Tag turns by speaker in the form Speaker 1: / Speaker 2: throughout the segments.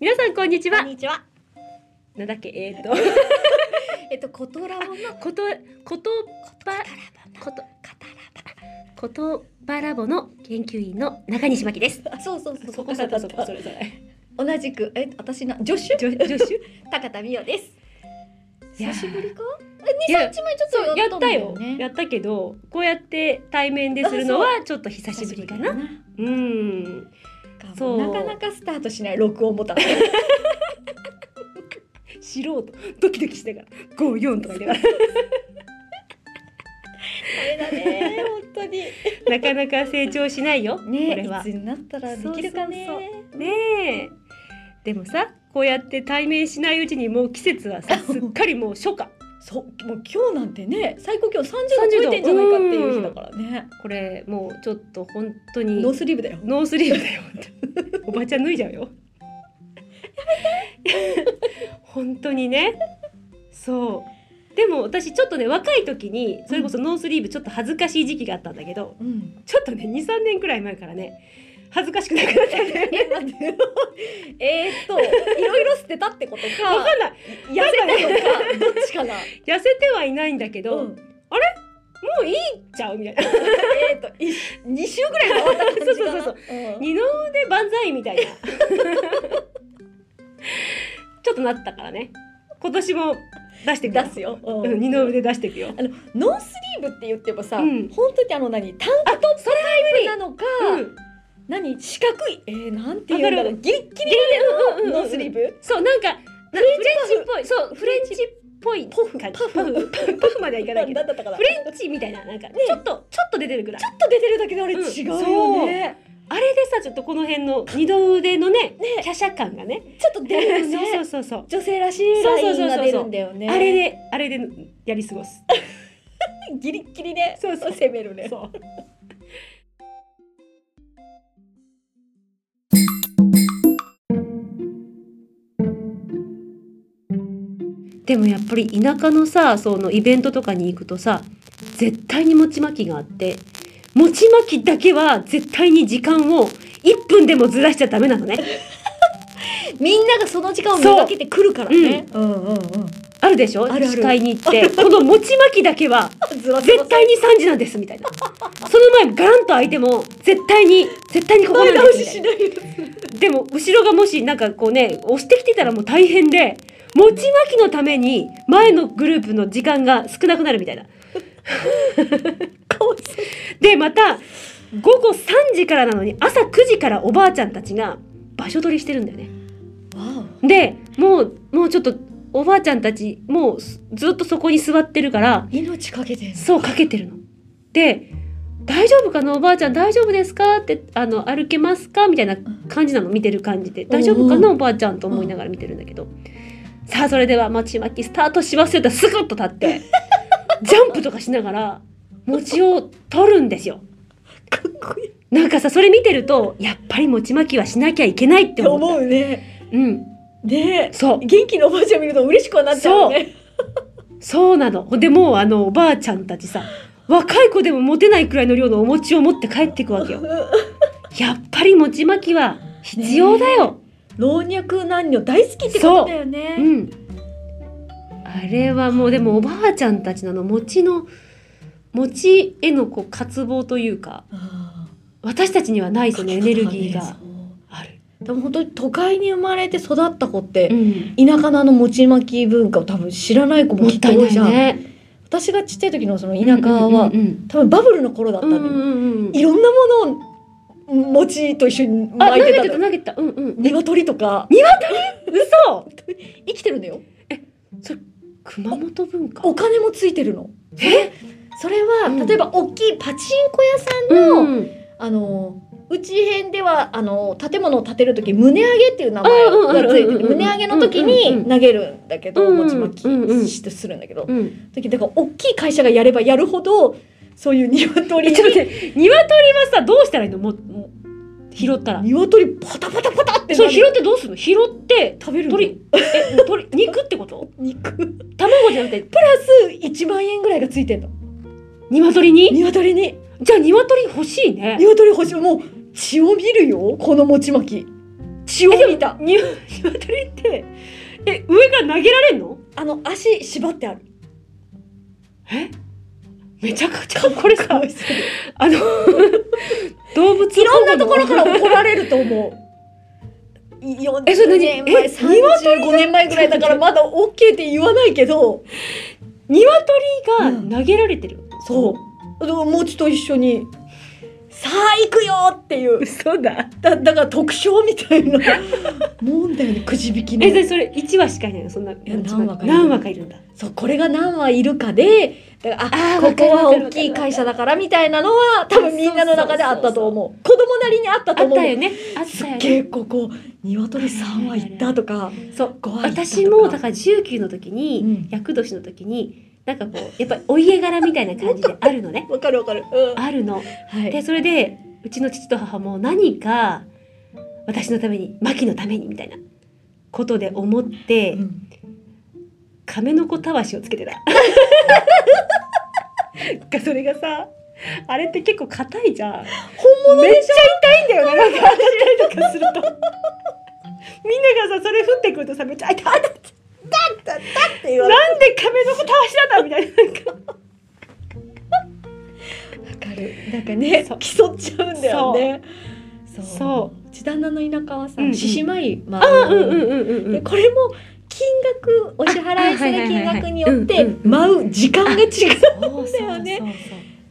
Speaker 1: 皆さんこんにち
Speaker 2: こ
Speaker 1: は
Speaker 2: ん。にちは。
Speaker 1: なんだっけえっと
Speaker 2: えっと、コトラボの。コ
Speaker 1: ことことば
Speaker 2: ラ
Speaker 1: ことことばラボの研究員の中西真希です。
Speaker 2: バ。そうそうそう、
Speaker 1: れじゃない。
Speaker 2: 同じく、え、私の助手。助手。高田美代です。
Speaker 1: いや
Speaker 2: 久しぶりか。
Speaker 1: い
Speaker 2: え、二
Speaker 1: や
Speaker 2: 三日前ちょっと
Speaker 1: そうや
Speaker 2: ん
Speaker 1: っ
Speaker 2: だ
Speaker 1: たよ。や
Speaker 2: ね。
Speaker 1: ったけどこうやって対面でするのはちょっと久しぶりかな。
Speaker 2: 久しぶ
Speaker 1: うん。
Speaker 2: りかな。
Speaker 1: そう
Speaker 2: なかなかスタートしない録音ボタン。
Speaker 1: 素人ドキドキしながら五四とか言いなが
Speaker 2: あれだね、本当に。
Speaker 1: らなかなか成長しないよ。こ
Speaker 2: ね、
Speaker 1: れ
Speaker 2: い
Speaker 1: は
Speaker 2: つ。になったらできるかね。
Speaker 1: そうそうねえ。でもさこうやって対面しないうちにもう季節は さすっかりもう初夏。
Speaker 2: そう、もう今日なんてね、最高気温三十度超えてんじゃないかっていう日だからね。
Speaker 1: これもうちょっと本当に
Speaker 2: ノースリーブだよ。
Speaker 1: ノースリーブだよおばちゃん脱いじゃうよ本当にねそうでも私ちょっとね若い時にそれこそノースリーブちょっと恥ずかしい時期があったんだけど、
Speaker 2: うん。
Speaker 1: ちょっとね23年くらい前からね恥ずかしくなくなったね
Speaker 2: え、待って よ。えーっと、いろいろ捨てたってこと
Speaker 1: わ
Speaker 2: か、
Speaker 1: かんない
Speaker 2: 痩せたのか、どっちか な。
Speaker 1: 痩せてはいないんだけど、
Speaker 2: う
Speaker 1: も
Speaker 2: ん。
Speaker 1: ういいっちゃうみたいな
Speaker 2: えーっと、い二週ぐらい回った感じかな。
Speaker 1: そうそうそう
Speaker 2: うん
Speaker 1: 二の腕万歳 みたいなちょっとなったからね今年も出してく
Speaker 2: 出すよ。う
Speaker 1: うん、二の。腕出していくよ。
Speaker 2: あのノースリーブって言ってもさ、
Speaker 1: うん
Speaker 2: 本当にあの何タンクトップタイプなのか、
Speaker 1: うん、
Speaker 2: 何四角いえー、なんていうんだろ
Speaker 1: わか
Speaker 2: うギリッギリ
Speaker 1: うんうんうんうん
Speaker 2: のノースリーブ
Speaker 1: そう、なんか、フレンチっぽい、そう、フレンチっぽい。
Speaker 2: ポフ
Speaker 1: 感じ
Speaker 2: パフ
Speaker 1: パフ、パフパフまではいかないけど
Speaker 2: な。んだったかな
Speaker 1: フレンチみたいな、なんか、ちょっと、ちょっと出てるぐらい
Speaker 2: ち。ょっと出てるだけであれ
Speaker 1: うん
Speaker 2: 違うよね、
Speaker 1: あれでさ、ちょっとこの辺の二の腕のね、
Speaker 2: ね
Speaker 1: 華奢感がね。
Speaker 2: ちょっと出るよね
Speaker 1: そうそうそうそう。
Speaker 2: 女性らしいラインが出るんだよね。
Speaker 1: あれで、あれでやり過ごす。
Speaker 2: ギリッギリで
Speaker 1: そうそう
Speaker 2: 攻めるね。
Speaker 1: そう。でもやっぱり田舎のさそのイベントとかに行くとさ絶対に餅まきがあって餅まきだけは絶対に時間を1分でもずらしちゃダメなのね
Speaker 2: みんながその時間を見かけてくるからね。うんうんうん。
Speaker 1: あるでしょ
Speaker 2: あるある
Speaker 1: 司会に 行ってこの餅まきだけは
Speaker 2: ずら
Speaker 1: 絶対に3時なんですみたいなその前ガランと開いても絶対に絶対にここなん
Speaker 2: 前倒
Speaker 1: ですみ
Speaker 2: したし
Speaker 1: いな
Speaker 2: ないで。
Speaker 1: でも後ろがもしなんかこうね押してきてたらもう大変で持ち巻きのために前のグループの時間が少なくなるみたいな。
Speaker 2: かわいそう。
Speaker 1: でまた午後3時からなのに朝9時からおばあちゃんたちが場所取りしてるんだよね。
Speaker 2: わ
Speaker 1: でもうもうちょっとおばあちゃんたちもうすずっとそこに座ってるから
Speaker 2: お。命かけてんの
Speaker 1: そうかけてるの。で「大丈夫かなおばあちゃん大丈夫ですか?」ってあの「歩けますか?」みたいな感じなの見てる感じで「大丈夫か
Speaker 2: うんう
Speaker 1: なおばあちゃん」と思いながら見てるんだけど「さあそれでは餅巻きスタートしますよ」ってスクッと立って ジャンプとかしながら餅を取るんですよ。
Speaker 2: かっこいい。っ
Speaker 1: なんかさそれ見てるとやっぱり餅巻きはしなきゃいけないって
Speaker 2: て
Speaker 1: 思った
Speaker 2: 思うね。
Speaker 1: うん、
Speaker 2: ねえ
Speaker 1: そう
Speaker 2: 元気なおばあちゃん見ると嬉しくはなっちゃうね。
Speaker 1: そうなの。でもうあのおばあちゃんたちさ若い子でも持てないくらいの量のお餅を持って帰っていくわけよ。やっぱり餅巻きは必要だよ。
Speaker 2: 老若男女大好きってことだよね。
Speaker 1: うん。あれはもうでもおばあちゃんたちのあの餅の餅へのこう渇望というか
Speaker 2: あ
Speaker 1: 私たちにはない
Speaker 2: ー
Speaker 1: そのエネルギー
Speaker 2: そう
Speaker 1: がある。
Speaker 2: でも本当に都会に生まれて育った子って、
Speaker 1: うん。
Speaker 2: 田舎のあの餅巻き文化を多分知らない子も
Speaker 1: も
Speaker 2: き
Speaker 1: っ
Speaker 2: っと
Speaker 1: たい
Speaker 2: 多
Speaker 1: ないい
Speaker 2: じゃん。
Speaker 1: ね。
Speaker 2: 私がちっちゃい時のその田舎は、
Speaker 1: うんうん
Speaker 2: 多分バブルの頃だった
Speaker 1: うんん
Speaker 2: だ
Speaker 1: う
Speaker 2: よ、
Speaker 1: んうんうん。
Speaker 2: いろんなものを餅と一緒に
Speaker 1: あ投
Speaker 2: 巻いて
Speaker 1: げて
Speaker 2: た
Speaker 1: た
Speaker 2: と
Speaker 1: 投げてた。うんうん。
Speaker 2: 鶏とか
Speaker 1: 嘘。
Speaker 2: 生きてるのよ
Speaker 1: 熊本文化。
Speaker 2: お金もついてるの
Speaker 1: え？
Speaker 2: それは、
Speaker 1: うん
Speaker 2: 例えば大きいパチンコ屋さんの、
Speaker 1: うん。
Speaker 2: あのうち編ではあの建物を建てる時胸上げっていう名前
Speaker 1: あうん
Speaker 2: がついて
Speaker 1: うんうんうん
Speaker 2: る胸上げの時
Speaker 1: うんうんう
Speaker 2: に
Speaker 1: ん
Speaker 2: 投げるんだけど、
Speaker 1: うん
Speaker 2: 餅巻き
Speaker 1: うんうん
Speaker 2: してするんだけど、
Speaker 1: うん、
Speaker 2: だけどだから大きい会社がやればやるほどそういう鶏
Speaker 1: え
Speaker 2: に
Speaker 1: ちょっと待って鶏はさどうしたらいいのもも拾ったら
Speaker 2: 鶏パタパタパタって
Speaker 1: そ
Speaker 2: な
Speaker 1: れ
Speaker 2: る
Speaker 1: 拾ってどうするの拾って
Speaker 2: 食べるの
Speaker 1: 鳥え鳥肉ってこと
Speaker 2: 肉プ
Speaker 1: 卵じゃなくて
Speaker 2: ラス1万円ぐらいがついてんの
Speaker 1: 鶏に
Speaker 2: 鶏に
Speaker 1: じゃあ鶏欲しいね
Speaker 2: 鶏欲しいもう血を見るよこの餅巻き血を見た
Speaker 1: に鶏ってえ上が投げられんの
Speaker 2: あの足縛ってある
Speaker 1: えめちゃくちゃこれ
Speaker 2: か
Speaker 1: さ
Speaker 2: わいそうで
Speaker 1: あの動 物
Speaker 2: いろんなところから
Speaker 1: 保護の
Speaker 2: 怒られると思うい40
Speaker 1: えそれ何
Speaker 2: 年前
Speaker 1: え
Speaker 2: 35年前ぐらいだからまだ OK って言わないけど
Speaker 1: 鶏が投げられてる、
Speaker 2: そうでも餅と一緒に「さあ行くよ!」っていう
Speaker 1: 嘘だ
Speaker 2: だだから特賞みたい なもんだよねくじ引きの
Speaker 1: えでそれ一羽しかいないのそんな
Speaker 2: や何羽かいる
Speaker 1: 何羽かいるんだ
Speaker 2: そうこれが何羽いるかでだからあ
Speaker 1: あー
Speaker 2: ここは
Speaker 1: わかるわかる
Speaker 2: 大きい会社だからみたいなのは多分みんなの中であったと思う子供なりにあった
Speaker 1: あ
Speaker 2: と
Speaker 1: っ
Speaker 2: 思う
Speaker 1: たよねあった
Speaker 2: す
Speaker 1: よ
Speaker 2: っげ
Speaker 1: ね
Speaker 2: えここ鶏3羽いったとか
Speaker 1: そう
Speaker 2: 5羽いったとか
Speaker 1: 私もだから19の時
Speaker 2: う
Speaker 1: に
Speaker 2: ん
Speaker 1: 厄、年の時になんかこうやっぱりお家柄みたいな感じであるのね
Speaker 2: わかるわかる、うん
Speaker 1: あるの
Speaker 2: は
Speaker 1: で
Speaker 2: い、
Speaker 1: それでうちの父と母も何か私のためにマキのためにみたいなことで思って、
Speaker 2: うん
Speaker 1: 亀の子たわしをつけてた。 がそれがさあれって結構硬いじゃん。
Speaker 2: 本物
Speaker 1: めっ
Speaker 2: で
Speaker 1: ちゃ痛いんだよねなんか当たったりとかすると。みんながさそれ降ってくるとさめっちゃ「あ痛い痛い
Speaker 2: だったって言われ
Speaker 1: なんで亀の子たわしだった」みたいななんか
Speaker 2: わかるなんかね
Speaker 1: そう
Speaker 2: 競っちゃうんだよねそう
Speaker 1: そう
Speaker 2: ちだなの田舎はさ
Speaker 1: うんうん
Speaker 2: 獅子舞ま
Speaker 1: ううんうんうんう
Speaker 2: でこれも金額お支払いす
Speaker 1: あはいはい
Speaker 2: る
Speaker 1: は
Speaker 2: 金
Speaker 1: いはい
Speaker 2: 額によっ
Speaker 1: う
Speaker 2: て
Speaker 1: んうんうん
Speaker 2: 舞う時間が違う
Speaker 1: そう
Speaker 2: だよね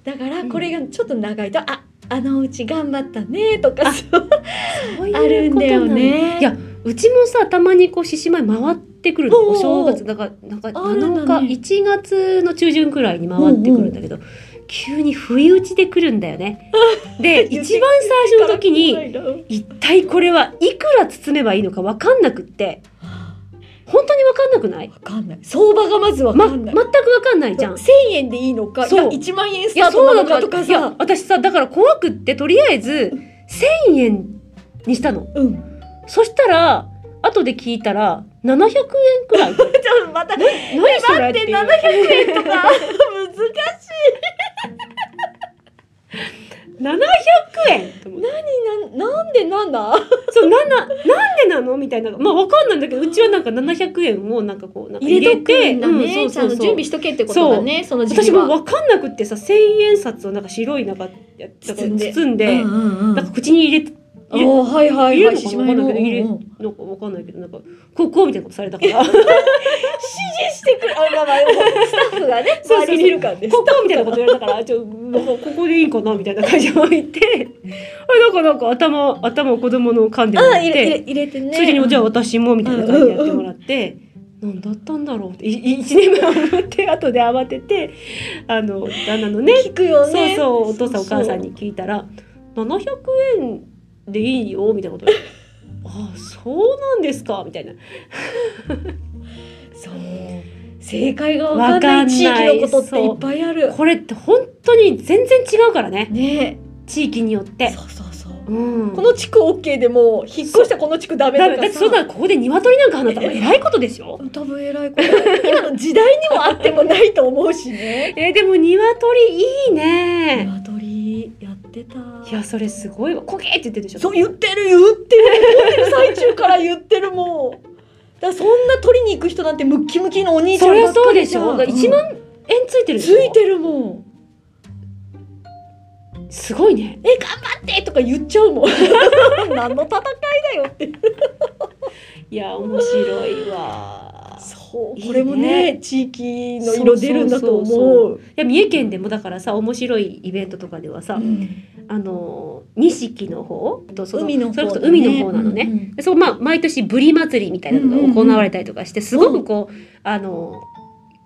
Speaker 1: そう
Speaker 2: だからこれがちょっと長いと「ああのうち頑張ったね」とかそう
Speaker 1: そうそういうことな
Speaker 2: あ
Speaker 1: の
Speaker 2: るんだよね。
Speaker 1: いやうちもさたまにこう獅子舞回ってくるの
Speaker 2: おうおう
Speaker 1: お正月だからなんか
Speaker 2: あるんだ
Speaker 1: 7
Speaker 2: ね
Speaker 1: 日1月の中旬くらいに回ってくるんだけど、急に不意打ちで来るんだ よね。で
Speaker 2: 言って
Speaker 1: 一番最初の時に
Speaker 2: に
Speaker 1: 一体これはいくら包めばいいのか分かんなくって本当に分かんなくない
Speaker 2: わかんない相場がまずわ
Speaker 1: ま
Speaker 2: かん
Speaker 1: 全
Speaker 2: な
Speaker 1: く
Speaker 2: い、
Speaker 1: 分かんないじゃん。
Speaker 2: 1000円でいいのかい
Speaker 1: そ
Speaker 2: や
Speaker 1: う
Speaker 2: 1万円ス
Speaker 1: い
Speaker 2: タ
Speaker 1: や
Speaker 2: ート
Speaker 1: そう
Speaker 2: なの
Speaker 1: だ
Speaker 2: か
Speaker 1: か
Speaker 2: らとか
Speaker 1: いや
Speaker 2: さ
Speaker 1: 私さだから怖くってとりあえず1,000円にしたの。
Speaker 2: うん
Speaker 1: そしたら後で聞いたら700円くらい。
Speaker 2: ちょっとまた
Speaker 1: 何それ
Speaker 2: 待って
Speaker 1: いう
Speaker 2: 700円とか難し
Speaker 1: 700円と思って
Speaker 2: いななんでなんだ
Speaker 1: そうなななんでなのみたいなまあわかんないんだけどうちはなんか700円をなんかこうなんか入れて
Speaker 2: とくんだね
Speaker 1: うん
Speaker 2: ち
Speaker 1: そ
Speaker 2: ゃ
Speaker 1: うんそ
Speaker 2: と
Speaker 1: う
Speaker 2: 準備
Speaker 1: そう
Speaker 2: しとけってことだねその時期
Speaker 1: 私も
Speaker 2: は
Speaker 1: わかんなくってさ千円札をなんか白いなんかやつ
Speaker 2: 包んで
Speaker 1: 包んで、
Speaker 2: うんうんうん
Speaker 1: なんか口に入れて入れ
Speaker 2: おーはいは
Speaker 1: 入
Speaker 2: い
Speaker 1: れ
Speaker 2: は
Speaker 1: る
Speaker 2: い
Speaker 1: のかなわかんないけど入れ
Speaker 2: 指
Speaker 1: なんかわかんないけどなんかこうこうみたいなことされたから こ
Speaker 2: 示してくるあまあまあスタッフがね
Speaker 1: そうそうそう
Speaker 2: 周りにいるからね
Speaker 1: うこうみたいなこと言われたからちょなんかここでいいかなみたいな感じで置い てあなんかなんか頭頭を子供の噛んでも
Speaker 2: あ
Speaker 1: らっ
Speaker 2: 入れ入れ
Speaker 1: て
Speaker 2: 入れてね
Speaker 1: ついでにもじゃあ
Speaker 2: うん
Speaker 1: 私もみたいな感じでやってもらって。何だったんだろうってい1年目思って後で慌ててあの旦那のね
Speaker 2: 聞くよね
Speaker 1: そうそうお父さんお母さん
Speaker 2: そう
Speaker 1: に聞いたら「700円でいいよ」みたいなこと言われて 「ああそうなんですか」みたいな
Speaker 2: そう正解がわかんない地域のことっていっぱいある
Speaker 1: これって本当に全然違うからね
Speaker 2: ね
Speaker 1: 地域によって。
Speaker 2: そうそうそう
Speaker 1: うん、
Speaker 2: この地区 OK でも引っ越したこの地区ダメ
Speaker 1: だ
Speaker 2: と
Speaker 1: だっ
Speaker 2: か
Speaker 1: て
Speaker 2: さ
Speaker 1: そんなここで鶏なんか放ったら偉いことですよ。
Speaker 2: 多分偉いこと今の時代にもあってもないと思うしね
Speaker 1: えーでも鶏いい ね。
Speaker 2: 鶏やってた
Speaker 1: いやそれすごいわ。こげーって言ってるでしょ。
Speaker 2: そう言ってる言ってる言ってる最中から言ってるもうだからそんな取りに行く人なんてムッキムキのお兄ちゃん
Speaker 1: そり
Speaker 2: ば
Speaker 1: ゃ
Speaker 2: っか
Speaker 1: そうで
Speaker 2: りじ
Speaker 1: し
Speaker 2: ゃん
Speaker 1: ょ。だから1万円つ
Speaker 2: う
Speaker 1: いてる
Speaker 2: ん
Speaker 1: で
Speaker 2: つ
Speaker 1: しょ。
Speaker 2: いてるもん
Speaker 1: すごいね。
Speaker 2: え頑張ってとか言っちゃうもん 何の戦いだよって
Speaker 1: いや面白いわ。
Speaker 2: そう
Speaker 1: いい ね
Speaker 2: これもね地域の色出るんだと思う
Speaker 1: そうそういや三重県でもだからさ面白いイベントとかではさ、
Speaker 2: うん
Speaker 1: あの錦の方とその
Speaker 2: 海の方
Speaker 1: それこそ海の方なのね。
Speaker 2: うんうん
Speaker 1: でそうまあ、毎年ブリ祭りみたいなのが行われたりとかして、すごくこう、あの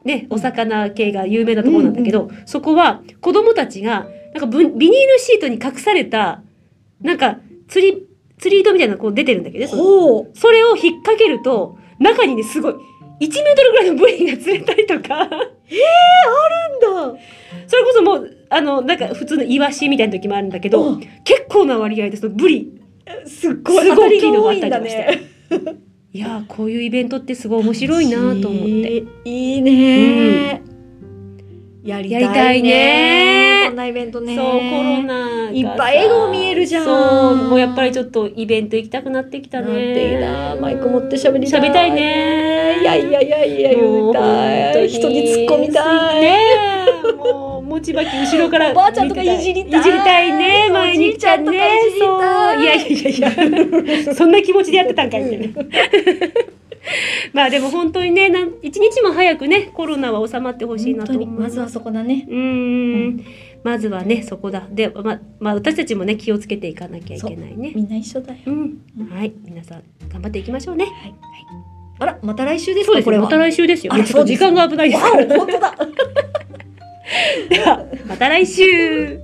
Speaker 1: ねお魚系が有名なところなんだけど、そこは子供たちがなんかブビニールシートに隠されたなんか釣り釣り糸みたいなのがこう出てるんだけどねその
Speaker 2: ほう
Speaker 1: それを引っ掛けると中にねすごい1メートルぐらいのブリが釣れたりとか
Speaker 2: な んだ
Speaker 1: それこそもうあのなんか普通のイワシみたいな時もあるんだけ
Speaker 2: う
Speaker 1: ど
Speaker 2: ん
Speaker 1: 結構な割合でそのブリ
Speaker 2: すっごい
Speaker 1: す
Speaker 2: 当
Speaker 1: ご
Speaker 2: た
Speaker 1: い
Speaker 2: り
Speaker 1: リー
Speaker 2: が
Speaker 1: ド
Speaker 2: 多
Speaker 1: があっ
Speaker 2: いん
Speaker 1: たり
Speaker 2: だ
Speaker 1: とかして
Speaker 2: ね
Speaker 1: いやーこういうイベントってすごい面白いなと思って。
Speaker 2: いいね、やり
Speaker 1: やりたいね
Speaker 2: こんなイベント
Speaker 1: そ
Speaker 2: ね
Speaker 1: うコロナがさ
Speaker 2: いっぱい笑顔見えるじゃん
Speaker 1: そうももやっぱりちょっとイベント行きたくなってきたね。
Speaker 2: なっていいなマイク持って喋りたい
Speaker 1: 喋りたいね。
Speaker 2: いやいやいやいや言いたい人に突っ込みたい、
Speaker 1: ねえもう持ちばき後ろから
Speaker 2: おばあちゃんとかいじりたい
Speaker 1: いじりたいね毎日ちゃんね
Speaker 2: お
Speaker 1: そういや
Speaker 2: じ
Speaker 1: いやいや そんな気持ちでやってたんかいってね まあでも本当にねなん一日も早くねコロナは収まってほしいな
Speaker 2: 本
Speaker 1: と
Speaker 2: 当
Speaker 1: 思
Speaker 2: に
Speaker 1: い
Speaker 2: まずはそこだね
Speaker 1: うー
Speaker 2: うん
Speaker 1: まずはねそこだでままあ私たちもね気をつけていかなきゃいけないね
Speaker 2: みんな一緒だよ
Speaker 1: うん
Speaker 2: うん
Speaker 1: はい皆さん頑張っていきましょうね
Speaker 2: あらまた来週です
Speaker 1: そう
Speaker 2: か
Speaker 1: です
Speaker 2: これ
Speaker 1: よ
Speaker 2: は
Speaker 1: また来週ですよ
Speaker 2: あら
Speaker 1: ちょっと時間が危ないですから
Speaker 2: 本当だ
Speaker 1: ではまた来週